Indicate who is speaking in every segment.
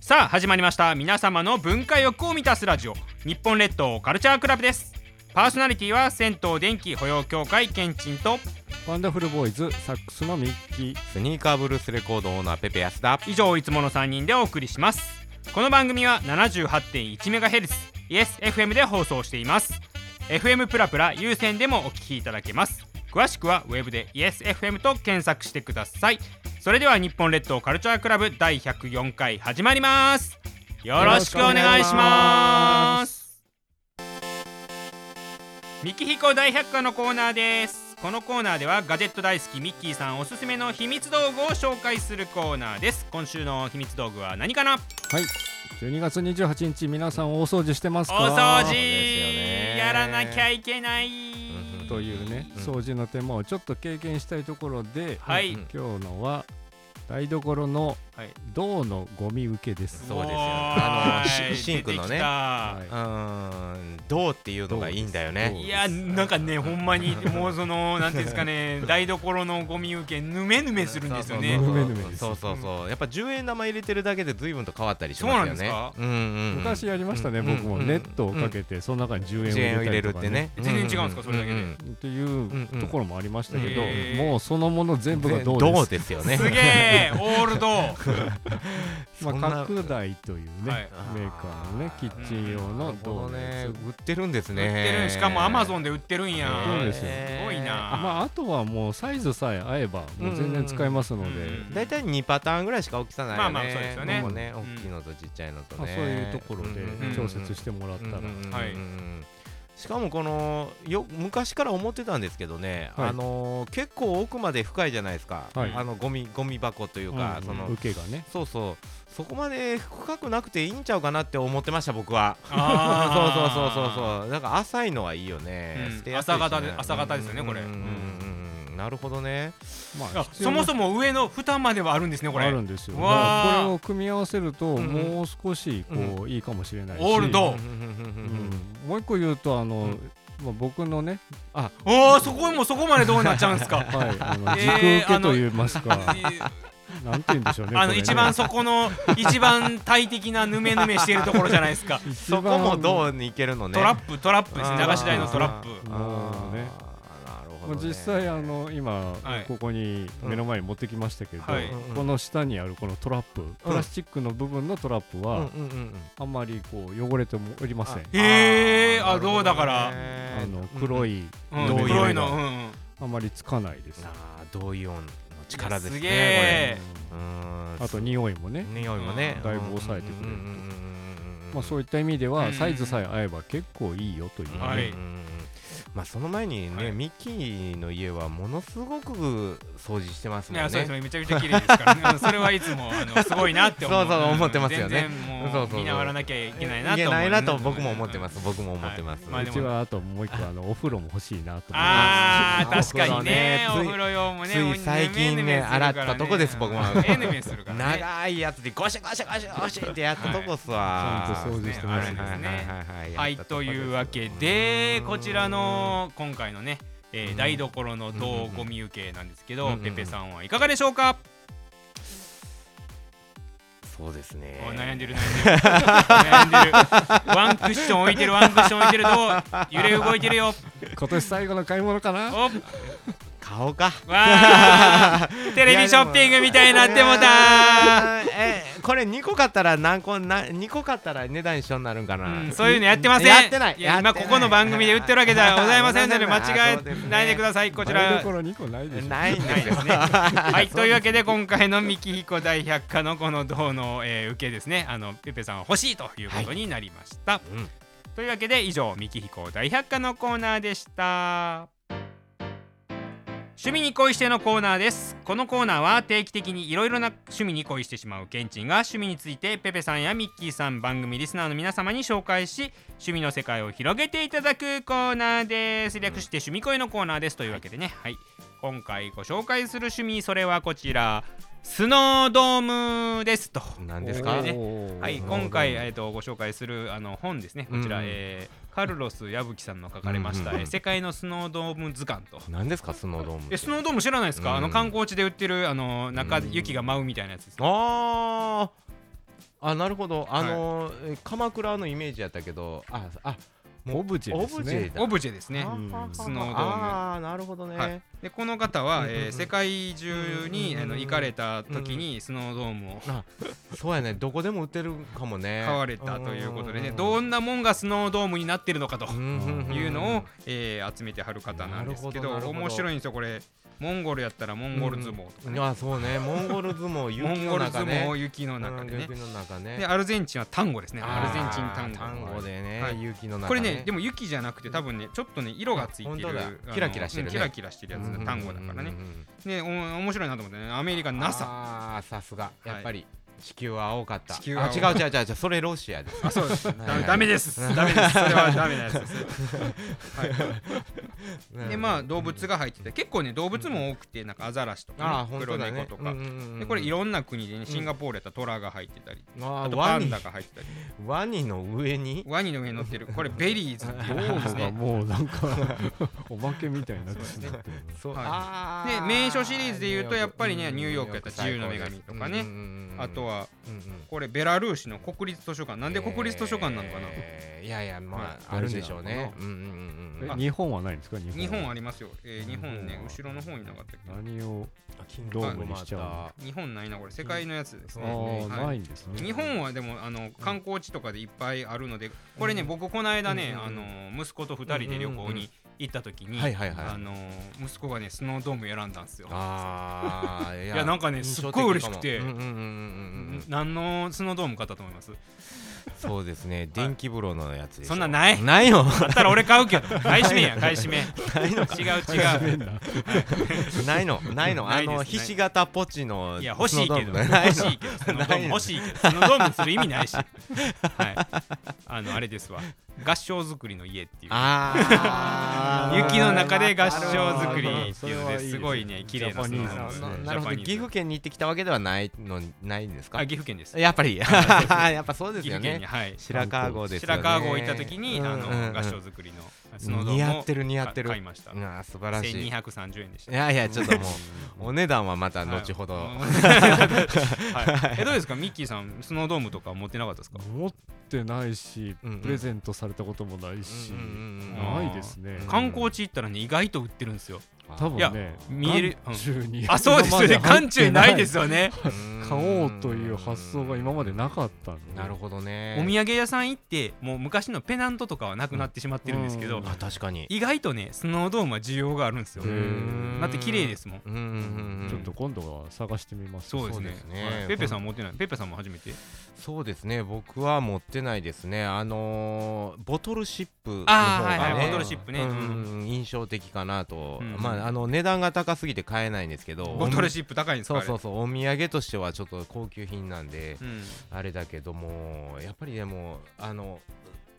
Speaker 1: さあ始まりました皆様の文化欲を満たすラジオ日本列島カルチャークラブですパーソナリティは銭湯電気保養協会ケンチンと
Speaker 2: ワンダフルボーイズサックスのミッキー
Speaker 3: スニーカーブルースレコードオーナーペペヤスだ
Speaker 1: 以上いつもの3人でお送りしますこの番組は 78.1MHz イエス FM で放送しています FM プラプラ有線でもお聞きいただけます詳しくはウェブで ESFM と検索してくださいそれでは日本列島カルチャークラブ第104回始まりますよろしくお願いしますミキヒコ大百科のコーナーですこのコーナーではガジェット大好きミッキーさんおすすめの秘密道具を紹介するコーナーです今週の秘密道具は何かな
Speaker 2: はい12月28日皆さん大掃除してます
Speaker 1: お
Speaker 2: か
Speaker 1: 掃
Speaker 3: そう
Speaker 1: 除
Speaker 3: ですよね
Speaker 1: やらなきゃいけない
Speaker 3: ん
Speaker 2: というね、
Speaker 3: うん
Speaker 2: 掃除の手間をちょっと経験したいところで、
Speaker 1: はい、
Speaker 3: うん
Speaker 2: 今日のは台所の
Speaker 1: はい
Speaker 2: 銅のゴミ受けです、
Speaker 3: そうですよね
Speaker 1: おー
Speaker 3: あのシ
Speaker 1: はい
Speaker 3: シンクのね
Speaker 1: 出てきた
Speaker 2: は
Speaker 3: うーんどうっていうのがいいんだよ
Speaker 2: どう
Speaker 3: ね
Speaker 1: いやなんかねほんまにもうそのなんていうんですか ね台所のゴミ受けぬめぬめするんですよね
Speaker 2: そうそうそうぬめぬめです
Speaker 3: そうそうそうやっぱ10円玉入れてるだけで随分と変わったりします
Speaker 1: そうな
Speaker 3: よね
Speaker 1: んですか
Speaker 3: うんうんうん
Speaker 2: 昔やりましたね、
Speaker 3: うん
Speaker 2: 僕も
Speaker 3: うん
Speaker 2: ネットをかけて、その中に10
Speaker 3: 10
Speaker 2: 円
Speaker 3: 円
Speaker 2: を
Speaker 3: を
Speaker 2: 入
Speaker 3: 入れる
Speaker 2: れた
Speaker 3: っ
Speaker 2: りとか
Speaker 3: てね
Speaker 1: 全然違うんですかそれだけで
Speaker 3: うん
Speaker 2: っていうところもありましたけど、
Speaker 1: うんうん
Speaker 2: もうそのもの全部が銅
Speaker 3: ど
Speaker 2: で
Speaker 3: う
Speaker 2: す
Speaker 3: ですよね
Speaker 1: すげえオールド
Speaker 3: そん
Speaker 2: ま
Speaker 3: な
Speaker 2: あ、角台というね、
Speaker 1: はい
Speaker 2: メーカーのねキッチン用の
Speaker 3: なるほ
Speaker 2: 銅
Speaker 3: ど
Speaker 2: の
Speaker 3: ね
Speaker 2: やつ
Speaker 3: 売ってるんです
Speaker 1: 売っ
Speaker 3: ね
Speaker 1: てるしかもアマゾ
Speaker 3: ン
Speaker 1: ンで売ってるんや
Speaker 2: 売ってるんですよ
Speaker 1: すごいな
Speaker 2: まあ、あとはもうサイズさえ合えばもう全然使えますので、
Speaker 1: うんうんうん
Speaker 3: 大体2パターンぐらいしか大きさないよね
Speaker 1: まあまあそうですよね
Speaker 3: もね
Speaker 1: う
Speaker 3: 大
Speaker 1: ん
Speaker 3: きいのとちっちゃいのと
Speaker 2: まあ、
Speaker 3: ね
Speaker 2: そういうところで
Speaker 3: うんうんうん
Speaker 2: 調節してもらったら、
Speaker 1: はい
Speaker 3: しかもこのよ昔から思ってたんですけどね、
Speaker 2: はい
Speaker 3: あのー結構奥まで深いじゃないですか、
Speaker 2: はい
Speaker 3: あのゴミゴミ箱というか、
Speaker 2: うん
Speaker 3: その
Speaker 2: 受けがね
Speaker 3: そうそうそこまで深くなくていいんちゃうかなって思ってました僕 はそうそうそうそうそうなんか浅いのはいいよね、
Speaker 1: うん
Speaker 3: 捨てやすいしね
Speaker 1: 朝方で朝方ですよねこれ
Speaker 3: うんうんうんうんなるほどね
Speaker 2: ま
Speaker 1: あそもそ
Speaker 2: も
Speaker 1: も上の蓋まではあるんですねこ
Speaker 2: あ
Speaker 1: れ
Speaker 2: るんですよだ
Speaker 1: うわー
Speaker 2: からこれを組み合わせると
Speaker 3: うんうん
Speaker 2: もう少しこういいかもしれないし、
Speaker 1: オールド
Speaker 3: うん
Speaker 2: うんもう一個言うとあの、
Speaker 3: うん
Speaker 2: まあ、僕のね、
Speaker 1: おおそこもそこまでどうなっちゃうんです か
Speaker 2: はい、あの
Speaker 1: え
Speaker 2: 軸
Speaker 1: ー
Speaker 2: 受け
Speaker 1: あの
Speaker 2: と言いますか、 なんて言うんでしょうね。
Speaker 1: あの
Speaker 2: これね
Speaker 1: 一番そこ の一番大敵なヌメヌメしてるところじゃないですか
Speaker 2: 一
Speaker 3: そ
Speaker 2: 番
Speaker 3: こもどうにいけるのね
Speaker 1: トラップトラップですね
Speaker 3: あー
Speaker 1: 流し台のトラップ
Speaker 2: もうね
Speaker 3: あーなるほ
Speaker 2: ま
Speaker 3: ど
Speaker 2: あ
Speaker 3: ね
Speaker 2: 実際あの今
Speaker 1: はい
Speaker 2: ここに目の前に持ってきましたけど、
Speaker 1: はい
Speaker 2: この下にあるこのトラップ、プラスチックの部分のトラップ
Speaker 3: うんうん
Speaker 2: は
Speaker 3: うんうん
Speaker 2: あんまりこう汚れてもおりません。
Speaker 1: へー
Speaker 3: あ
Speaker 1: あどうだから
Speaker 2: あの黒
Speaker 3: い
Speaker 2: い
Speaker 1: うん
Speaker 3: 同意
Speaker 1: 黒いのうんうん
Speaker 2: あんまりつかないです。
Speaker 3: あー同イオンの力ですね
Speaker 1: すげえ
Speaker 3: これうん
Speaker 2: あと匂いもね、
Speaker 3: 匂いもね
Speaker 2: だいぶ抑えてくれるとまあそうい
Speaker 3: い
Speaker 2: った意味で
Speaker 1: うん
Speaker 2: はサイズさえ合えば結構いいよという、
Speaker 1: は
Speaker 2: ね
Speaker 1: い
Speaker 3: まあその前に
Speaker 1: はい
Speaker 3: ねミッキーの家はものすごく掃除してます
Speaker 1: い
Speaker 3: もん
Speaker 1: や
Speaker 3: ね
Speaker 1: そうですねめちゃくちゃ綺麗ですからねあのそれはいつもあ のすごいなって思う
Speaker 3: そうそう思ってますよ
Speaker 1: 全然
Speaker 3: ねそう
Speaker 1: も
Speaker 3: そううそう
Speaker 1: 見習わなきゃいけないなと
Speaker 3: いけ
Speaker 1: 思う
Speaker 3: ないなと僕も思ってますす僕も思ってます
Speaker 1: はいまあで
Speaker 2: う
Speaker 1: も
Speaker 2: ちはあともう一個あのお風呂も欲しいなと思い
Speaker 1: あ
Speaker 2: ま
Speaker 1: ー
Speaker 3: あー
Speaker 1: 確かにねお
Speaker 3: お
Speaker 1: 風
Speaker 3: 風
Speaker 1: 呂用もね
Speaker 3: つい最
Speaker 1: ぬ
Speaker 3: 近ね
Speaker 1: めぬめするからね
Speaker 3: 洗ったとこです僕も
Speaker 1: えぬめするから ね
Speaker 3: 長いやつでゴシゴシゴシゴシってやったとこっすわ
Speaker 2: はいちゃんと掃除してます
Speaker 1: ねあれですね
Speaker 3: ね
Speaker 1: はいというわけでこちらの今回のねえー台所の銅ゴミ受けなんですけ
Speaker 3: うん
Speaker 1: ど
Speaker 3: うん
Speaker 1: ペペさんはいかがでしょうか
Speaker 3: そうですね
Speaker 1: お悩んでる悩んでる悩んでるワンクッション置いてるワンクッション置いてるどう揺れ動いてるよ
Speaker 2: す。今年最後の買い物かな。
Speaker 1: お
Speaker 3: 買おうか
Speaker 1: わ ーテレビショッピングみたいになってもた
Speaker 3: いやでもえこれ2個買ったら何個な2個買ったら値段一緒になるんかな、
Speaker 1: うんそういうのやってません
Speaker 3: やってない
Speaker 1: や
Speaker 3: や
Speaker 1: 今
Speaker 3: って
Speaker 1: こ
Speaker 3: な
Speaker 1: こ
Speaker 3: い
Speaker 1: の番組で売ってるわけではございませんので間
Speaker 3: あそうですね
Speaker 1: 違えないでくださいこちら
Speaker 2: 台所2個ないでしょ。
Speaker 3: ないんで
Speaker 1: ない
Speaker 3: す
Speaker 1: で
Speaker 3: よ
Speaker 1: すねはいというわけで今回の三木彦大百科のこの銅の、えー受けですねあのペペさんは欲しいということになりました、
Speaker 3: うん
Speaker 1: というわけで以上三木彦大百科のコーナーでした趣味に恋してのコーナーですこのコーナーは定期的にいろいろな趣味に恋してしまうケンチンが趣味についてペペさんやミッキーさん番組リスナーの皆様に紹介し趣味の世界を広げていただくコーナーです略して趣味恋のコーナーですというわけでねはい今回ご紹介する趣味それはこちらスノードームですと
Speaker 3: 何ですか
Speaker 1: おーは、
Speaker 2: は
Speaker 3: な
Speaker 2: い
Speaker 3: るほど
Speaker 1: 今回、えー、とご紹介するあの本ですね、こちら、
Speaker 3: うん
Speaker 1: えーカルロス矢吹さんの書かれました、
Speaker 3: うんうんうん
Speaker 1: えー世界のスノードーム図鑑と。
Speaker 3: 何ですかスノードーム
Speaker 1: えスノードーム知らないですか、
Speaker 3: うん
Speaker 1: あの観光地で売ってるあの中、雪が舞うみたいなやつです。
Speaker 3: ああなるほどあのーえ鎌倉のイメージやったけどああもう
Speaker 2: オブジェですね
Speaker 3: オブジェだ
Speaker 1: オブジェですね
Speaker 3: あ
Speaker 2: うん
Speaker 3: ああ
Speaker 1: スノードーム
Speaker 3: ああなるほどね、
Speaker 1: はいでこの方は、
Speaker 3: うんうんう
Speaker 1: え
Speaker 3: ん
Speaker 1: ー世界中に、
Speaker 3: うんうんうん
Speaker 1: あの行かれた時にスノードームを
Speaker 3: そうやねどこでも売ってるかもね
Speaker 1: 買われたということでね
Speaker 3: ん
Speaker 1: どんなもんがスノードームになってるのかと
Speaker 3: うん
Speaker 1: いうのを、えー集めてはる方なんですけ
Speaker 3: なるほど
Speaker 1: ど
Speaker 3: なるほど
Speaker 1: 面白いんですよこれモンゴルやったらモンゴル相撲とか
Speaker 3: うん
Speaker 1: ね
Speaker 3: あそうねモンゴル相撲
Speaker 1: モ
Speaker 3: 雪
Speaker 1: ンゴ
Speaker 3: の
Speaker 1: ル相
Speaker 3: 中
Speaker 1: 撲
Speaker 3: ね
Speaker 1: 雪の中でね
Speaker 3: うん雪の中ね
Speaker 1: でアルゼンチンは単語ですね
Speaker 3: あー
Speaker 1: アルゼンチン単語
Speaker 3: 単語でね、
Speaker 1: はい
Speaker 3: 雪の中
Speaker 1: これねで
Speaker 3: も
Speaker 1: も雪じゃなくて多分ねちょっとね色がついてる
Speaker 3: 本当だ
Speaker 1: あの
Speaker 3: キラキラしてるね
Speaker 1: うんキラキラしてるやつが単語だからねでお面白いなと思ってねアメリカ NASA
Speaker 3: ああさすがやっぱり地球は青かった、
Speaker 1: 地球は
Speaker 3: あ
Speaker 1: 青
Speaker 3: 違う違う違う違うそれロシアです
Speaker 1: あそうです
Speaker 3: はい
Speaker 1: ダ
Speaker 3: は
Speaker 1: メ
Speaker 3: い
Speaker 1: ダメです ダメですそれはダメなやつですでまあ動物が入ってて結構ね動物も多くてなんかアザラシと
Speaker 3: あ
Speaker 1: か
Speaker 3: あ
Speaker 1: ね
Speaker 3: 本
Speaker 1: 黒
Speaker 3: 当だ
Speaker 1: 猫
Speaker 3: ね
Speaker 1: とか
Speaker 3: うんうんうん
Speaker 1: でこれいろんな国でねシンガポールやったらトラが入ってたり
Speaker 3: あ
Speaker 1: あ
Speaker 3: ー
Speaker 1: と
Speaker 3: ワ
Speaker 1: パン
Speaker 3: ニ
Speaker 1: ダが入ってたり
Speaker 3: ワニの上に
Speaker 1: ワニの上に乗ってるこれベリーズって
Speaker 2: ド
Speaker 1: いう
Speaker 2: ー
Speaker 1: んで
Speaker 2: ム
Speaker 1: す
Speaker 2: が
Speaker 1: ね
Speaker 2: もうなん かお化けみたいになってしまってる
Speaker 3: そう
Speaker 1: はい
Speaker 3: あ
Speaker 1: で
Speaker 3: ー
Speaker 1: 名所シリーズで言うとやっぱりね
Speaker 3: うん
Speaker 1: ニューヨークやったら自由の女神とかね
Speaker 3: うんうんうん
Speaker 1: あとは
Speaker 3: うんうん
Speaker 1: これベラルーシの国立図書館なんで国立図書館なのかな
Speaker 3: えーいやいやまあ
Speaker 2: はい
Speaker 3: あるんでしょう
Speaker 2: 大
Speaker 3: ね
Speaker 2: 事
Speaker 3: うんうんうんうん
Speaker 2: え日本はないんですか日本
Speaker 1: 日本
Speaker 2: は
Speaker 1: ありますよえー日本ね後ろの方になかったっけ
Speaker 2: 何を
Speaker 3: あキン
Speaker 2: ドームにしちゃう
Speaker 3: また
Speaker 1: 日本ないなこれ世界のやつです
Speaker 2: あ
Speaker 1: ね
Speaker 2: あ
Speaker 1: はい
Speaker 2: ーないんですね
Speaker 1: 日本はでもあの観光地とかでいっぱいあるのでこれね
Speaker 3: うん
Speaker 1: 僕この間ね
Speaker 3: うんうん
Speaker 1: あの息子と2人で旅行に行った時に
Speaker 3: はいはいはい
Speaker 1: あの息子がねスノードーム選んだんですよ。
Speaker 3: あーい
Speaker 1: いやなんかね
Speaker 3: 印
Speaker 1: すっ
Speaker 3: 象
Speaker 1: ごい嬉
Speaker 3: 的
Speaker 1: し
Speaker 3: かも
Speaker 1: くて
Speaker 3: うんうんうんうんうんうん
Speaker 1: 何のスノードーム買ったと思います
Speaker 3: そうですね電気風呂のやつでしょ
Speaker 1: そんなんない
Speaker 3: ないよ
Speaker 1: だったら俺買うけど買い占めや買い占め違
Speaker 3: ないの
Speaker 1: う違う
Speaker 3: な いのないの
Speaker 1: な
Speaker 3: あ
Speaker 1: いです
Speaker 3: の
Speaker 1: ない
Speaker 3: ひし形ポチの
Speaker 1: いや欲しいけど
Speaker 3: スノードーム ない
Speaker 1: 欲
Speaker 3: の
Speaker 1: しいけどそのドーム欲しいけど
Speaker 3: ないの
Speaker 1: そのドームする意味ないしはいあのあれですわ合掌造りの家っていう
Speaker 3: あー
Speaker 1: 雪の中で合掌作り
Speaker 2: なるほど
Speaker 1: っていうのですごいね綺麗なスノード
Speaker 3: な
Speaker 1: ーム
Speaker 3: るほ
Speaker 2: ジャパニーズ
Speaker 3: ど
Speaker 2: ね
Speaker 3: なるほど岐阜県に行ってきたわけではないのないんです
Speaker 1: あ
Speaker 3: か
Speaker 1: 岐阜県です
Speaker 3: やっぱ り やっぱそうです
Speaker 1: 岐
Speaker 3: よ
Speaker 1: 阜県
Speaker 3: ね
Speaker 1: にはい
Speaker 3: 白川郷ですよね
Speaker 1: 白川郷行った時にあ
Speaker 3: うんうんうん
Speaker 1: の合掌作りのスノードームを
Speaker 3: 似合ってる似合ってる
Speaker 1: 買いました
Speaker 3: うわ素晴らしいい
Speaker 1: 1230円でした
Speaker 3: やいやちょっ ともうお値段はまた後ほど、
Speaker 1: はいはいえどうですかミッキーさんスノードームとか持ってなかったですか
Speaker 2: 持ってないし
Speaker 3: うんうん
Speaker 2: プレゼントされたこともないし
Speaker 3: うんうん
Speaker 1: うんうん
Speaker 2: ないですね
Speaker 3: うん
Speaker 1: 観光地行ったらね意外と売ってるんですよ
Speaker 2: 多
Speaker 1: い
Speaker 2: 分
Speaker 1: や
Speaker 2: ね
Speaker 1: 見える
Speaker 2: 眼中に
Speaker 1: あそうですよね
Speaker 2: 今ま
Speaker 1: 眼中にないで
Speaker 2: 入って
Speaker 1: すよね
Speaker 2: ない買おうという発想が今までなかったんで
Speaker 3: なるほどね
Speaker 1: お土産屋さん行ってもう昔のペナントとかはなくなってしまってるんですけど
Speaker 2: うん
Speaker 3: あ確かに
Speaker 1: 意外とねスノードームは需要があるんですよ
Speaker 2: へー
Speaker 1: だって綺麗ですもん
Speaker 3: うんうんうんうん
Speaker 2: ちょっと今度は探してみます
Speaker 1: そうですね
Speaker 3: そうですね
Speaker 1: はいペペさん持ってないペペさんも初めて
Speaker 3: そうですね僕は持ってないですねあのーボトルシップの方
Speaker 1: あー
Speaker 3: が
Speaker 1: はいはい
Speaker 3: ね
Speaker 1: ボトルシップね
Speaker 3: うん
Speaker 1: う
Speaker 3: 印象的かなと、
Speaker 1: うん
Speaker 3: まああの値段が高すぎて買えないんですけど
Speaker 1: ボトルシップ高いんですかあ
Speaker 3: そう
Speaker 1: れ
Speaker 3: そうそうお土産としてはちょっと高級品なんで、
Speaker 1: うん
Speaker 3: あれだけどもやっぱりでもあの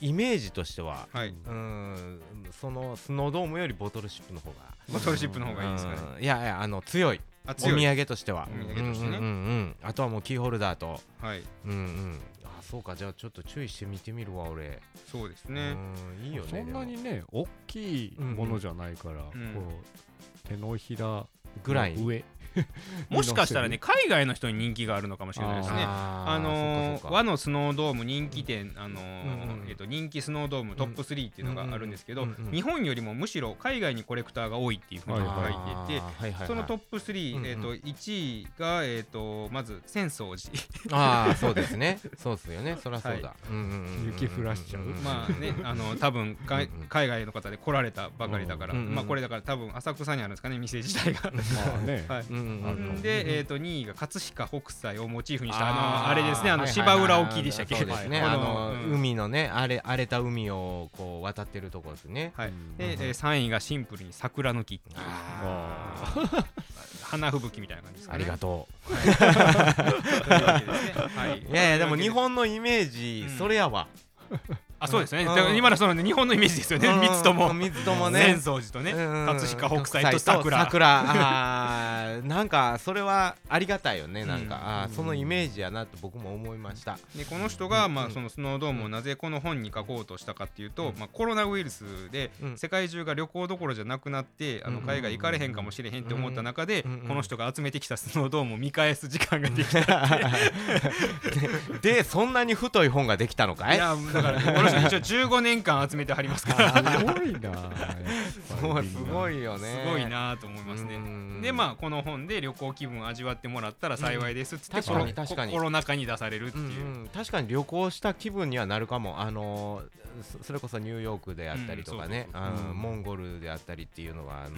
Speaker 3: イメージとしては、
Speaker 1: はい
Speaker 3: うんそのスノードームよりボトルシップの方が
Speaker 1: ボトルシップの方がいいですかね
Speaker 3: うんいやいやあの強い
Speaker 1: あ
Speaker 3: お
Speaker 1: 強
Speaker 3: 土
Speaker 1: い
Speaker 3: 産としては
Speaker 1: お土産としてね
Speaker 3: うんうんうんうんあとはもうキーホルダーと
Speaker 1: はい
Speaker 3: うんうんあそうかじゃあちょっと注意して見てみるわ俺
Speaker 1: そうですね
Speaker 3: うんいいよね
Speaker 2: そんな
Speaker 3: でも
Speaker 2: にね大きいものじゃないから、
Speaker 1: うん
Speaker 2: こう手のひらの
Speaker 3: ぐらい
Speaker 2: 上
Speaker 1: もしかしたらね海外の人に人気があるのかもしれないですね
Speaker 3: あー
Speaker 1: あの
Speaker 3: そ
Speaker 1: ー
Speaker 3: っかそっか
Speaker 1: 和のスノードーム人気店、あのー
Speaker 3: うんうん
Speaker 1: えっと人気スノードームトップ3っていうのがあるんですけど、
Speaker 3: うんうんうん
Speaker 1: 日本よりもむしろ海外にコレクターが多いっていうふうに書いて
Speaker 2: はい
Speaker 1: て、
Speaker 3: あーはいはいはい
Speaker 1: そのトップ3、
Speaker 3: うんうん
Speaker 1: えっと1位が、えっとまず浅草寺
Speaker 3: ああそうですねそうですよねそりゃそうだ、うんうんうんうん
Speaker 2: 雪降らしちゃう
Speaker 1: まあねあの多分かい
Speaker 3: うんうん
Speaker 1: 海外の方で来られたばかりだから、
Speaker 3: うんうん
Speaker 1: まあ、これだから多分浅草にあるんですかね店自体 が。
Speaker 2: まあね、
Speaker 1: はい
Speaker 3: うんうんうん
Speaker 2: うん
Speaker 1: で、えー、と2位が葛飾北斎をモチーフにしたあの
Speaker 3: あー
Speaker 1: あれですねあの
Speaker 3: はいはい
Speaker 1: 芝浦沖でしたっけ、
Speaker 3: そうで すね
Speaker 1: はい
Speaker 3: あの
Speaker 1: うん
Speaker 3: 海のね荒れ荒れた海をこう渡ってるところですね
Speaker 1: はい
Speaker 2: うん
Speaker 1: で、えー、3位がシンプルに桜の木っていう
Speaker 2: あ
Speaker 1: 花吹雪みたいな感じですか
Speaker 3: あ
Speaker 1: ね。
Speaker 3: りがと
Speaker 1: というわけですねはいう
Speaker 3: いやいやでも日本のイメージ
Speaker 1: うん
Speaker 3: それやわ
Speaker 1: あそうですね、
Speaker 3: うん
Speaker 1: だから今のそのね日本のイメージですよね、
Speaker 3: うん
Speaker 1: 三つとも
Speaker 3: 三つともね
Speaker 1: 浅草寺とね、
Speaker 3: うん
Speaker 1: 葛飾北斎と桜
Speaker 3: 桜あーなんかそれはありがたいよねなんか、
Speaker 1: うん
Speaker 3: あーそのイメージやなと僕も思いました、
Speaker 1: でこの人が、ま
Speaker 3: う
Speaker 1: あ、
Speaker 3: ん
Speaker 1: そのスノードームをなぜこの本に書こうとしたかっていうと、
Speaker 3: うん
Speaker 1: まあ、コロナウイルスで
Speaker 3: うん
Speaker 1: 世界中が旅行どころじゃなくなってあ
Speaker 3: う
Speaker 1: の
Speaker 3: ん
Speaker 1: 海外行かれへんかもしれへんって思った中で、
Speaker 3: うん
Speaker 1: この人が集めてきたスノードームを見返す時間ができた。
Speaker 3: でそんなに太い本ができたのかい
Speaker 1: いやだからこの人一応15年間集めてはりますから
Speaker 2: すごいなやっ
Speaker 3: も
Speaker 2: ぱ
Speaker 3: う
Speaker 2: り
Speaker 3: すごいよ
Speaker 1: す
Speaker 3: ね
Speaker 1: ごいなと思いますね。でまあこの本で旅行気分味わってもらったら幸いですっつって、
Speaker 3: うん確
Speaker 2: かに
Speaker 1: コロ
Speaker 3: 確かに
Speaker 1: コロナ禍に出されるって
Speaker 3: う
Speaker 1: い
Speaker 3: ん
Speaker 1: う。
Speaker 3: うん確かに旅行した気分にはなるかも、あのーそそれこそニューヨークであったりとかね、
Speaker 1: うんそう
Speaker 2: そうそう
Speaker 3: あの
Speaker 2: うん
Speaker 3: モンゴルであったりっていうのはあの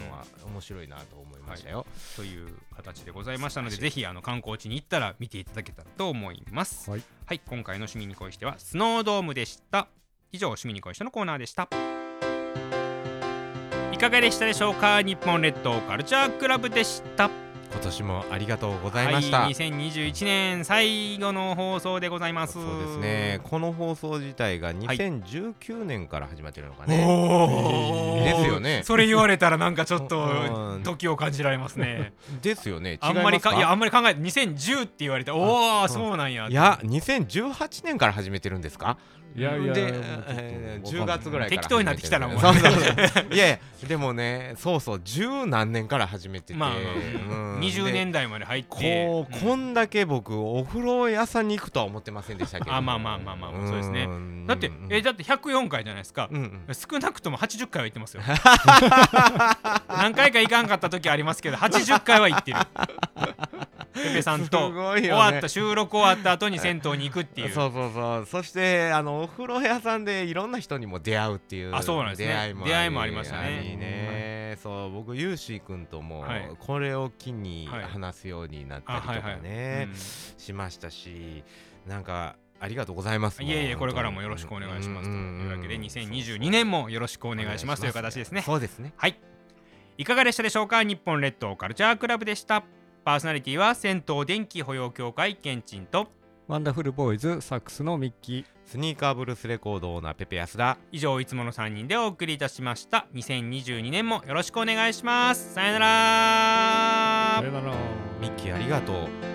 Speaker 3: 面白いなと思いましたよ。
Speaker 1: という形でございましたのでぜひあの観光地に行ったら見ていただけたらと思いますは
Speaker 2: はいい、
Speaker 1: 今回の「趣味に恋して」はスノードームでした以上「趣味に恋して」のコーナーでしたいかがでしたでしょうか日本列島カルチャークラブでした
Speaker 3: 今年もありがとうございました。
Speaker 1: はい2021年最後の放送でございます
Speaker 3: そうですね。この放送自体が
Speaker 1: い
Speaker 3: 2019年から始まってるのか
Speaker 1: お
Speaker 3: ね。
Speaker 1: ー
Speaker 3: ですよね
Speaker 1: それ言われたらなんかちょっ
Speaker 3: う
Speaker 1: と
Speaker 3: ん
Speaker 1: 時を感じられます ね
Speaker 3: ですよね。
Speaker 1: あんまりかいやあ
Speaker 3: や
Speaker 1: んまり考えて2010って言われておおそうなんや
Speaker 3: いや2018年から始めてるんですか？
Speaker 2: いやいや
Speaker 3: で
Speaker 2: もうちょっと
Speaker 3: えー10月ぐらいから
Speaker 1: 適当になってきたらもうね
Speaker 3: そうそう そういやいやでもねそうそう十何年から始めてて、
Speaker 1: まあ、
Speaker 3: うん
Speaker 1: 20
Speaker 3: で
Speaker 1: 年代まで入って
Speaker 3: こう、こんだけ僕お風呂屋さんに行くとは思ってませんでしたけど
Speaker 1: あまあまあまあまあまあそうですね
Speaker 3: ん
Speaker 1: だって
Speaker 3: うん
Speaker 1: えだって104回じゃないですか
Speaker 3: う、んうん
Speaker 1: 少なくとも80回は行って ますよ何回か行かんかった時ありますけど80回は行 ってるペペさんと
Speaker 3: すごいよね
Speaker 1: 終わった収録終わった後に銭湯に行くっていう
Speaker 3: そうそうそうそしてあのお風呂屋さんでいろんな人にも出会うっていう
Speaker 1: あそうなんですね
Speaker 3: 出会いも
Speaker 1: 出会いもありましたね
Speaker 3: ありそう僕ユーシー君とも、
Speaker 1: はい
Speaker 3: これを機に
Speaker 1: はい
Speaker 3: 話すようになった
Speaker 1: あ
Speaker 3: りとか
Speaker 1: はい、は
Speaker 3: ね
Speaker 1: い、
Speaker 3: しましたしなんかありがとうございます
Speaker 1: うんいえいえこれからもよろしくお願いしますというわけで2022年
Speaker 3: も
Speaker 1: もよろしくお願いしますという形ですね
Speaker 3: そうですね
Speaker 1: はい。いかがでしたでしょうか日本列島カルチャークラブでした。パーソナリティは銭湯電気保養協会ケンチンと
Speaker 2: ワンダフルボーイズサックスのミッキー
Speaker 3: スニーカーブルースレコードオーナーペペ安田
Speaker 1: 以上いつもの3人でお送りいたしました。2022年もよろしくお願いします。さよなら
Speaker 2: さよなら
Speaker 3: ミッキーありがとう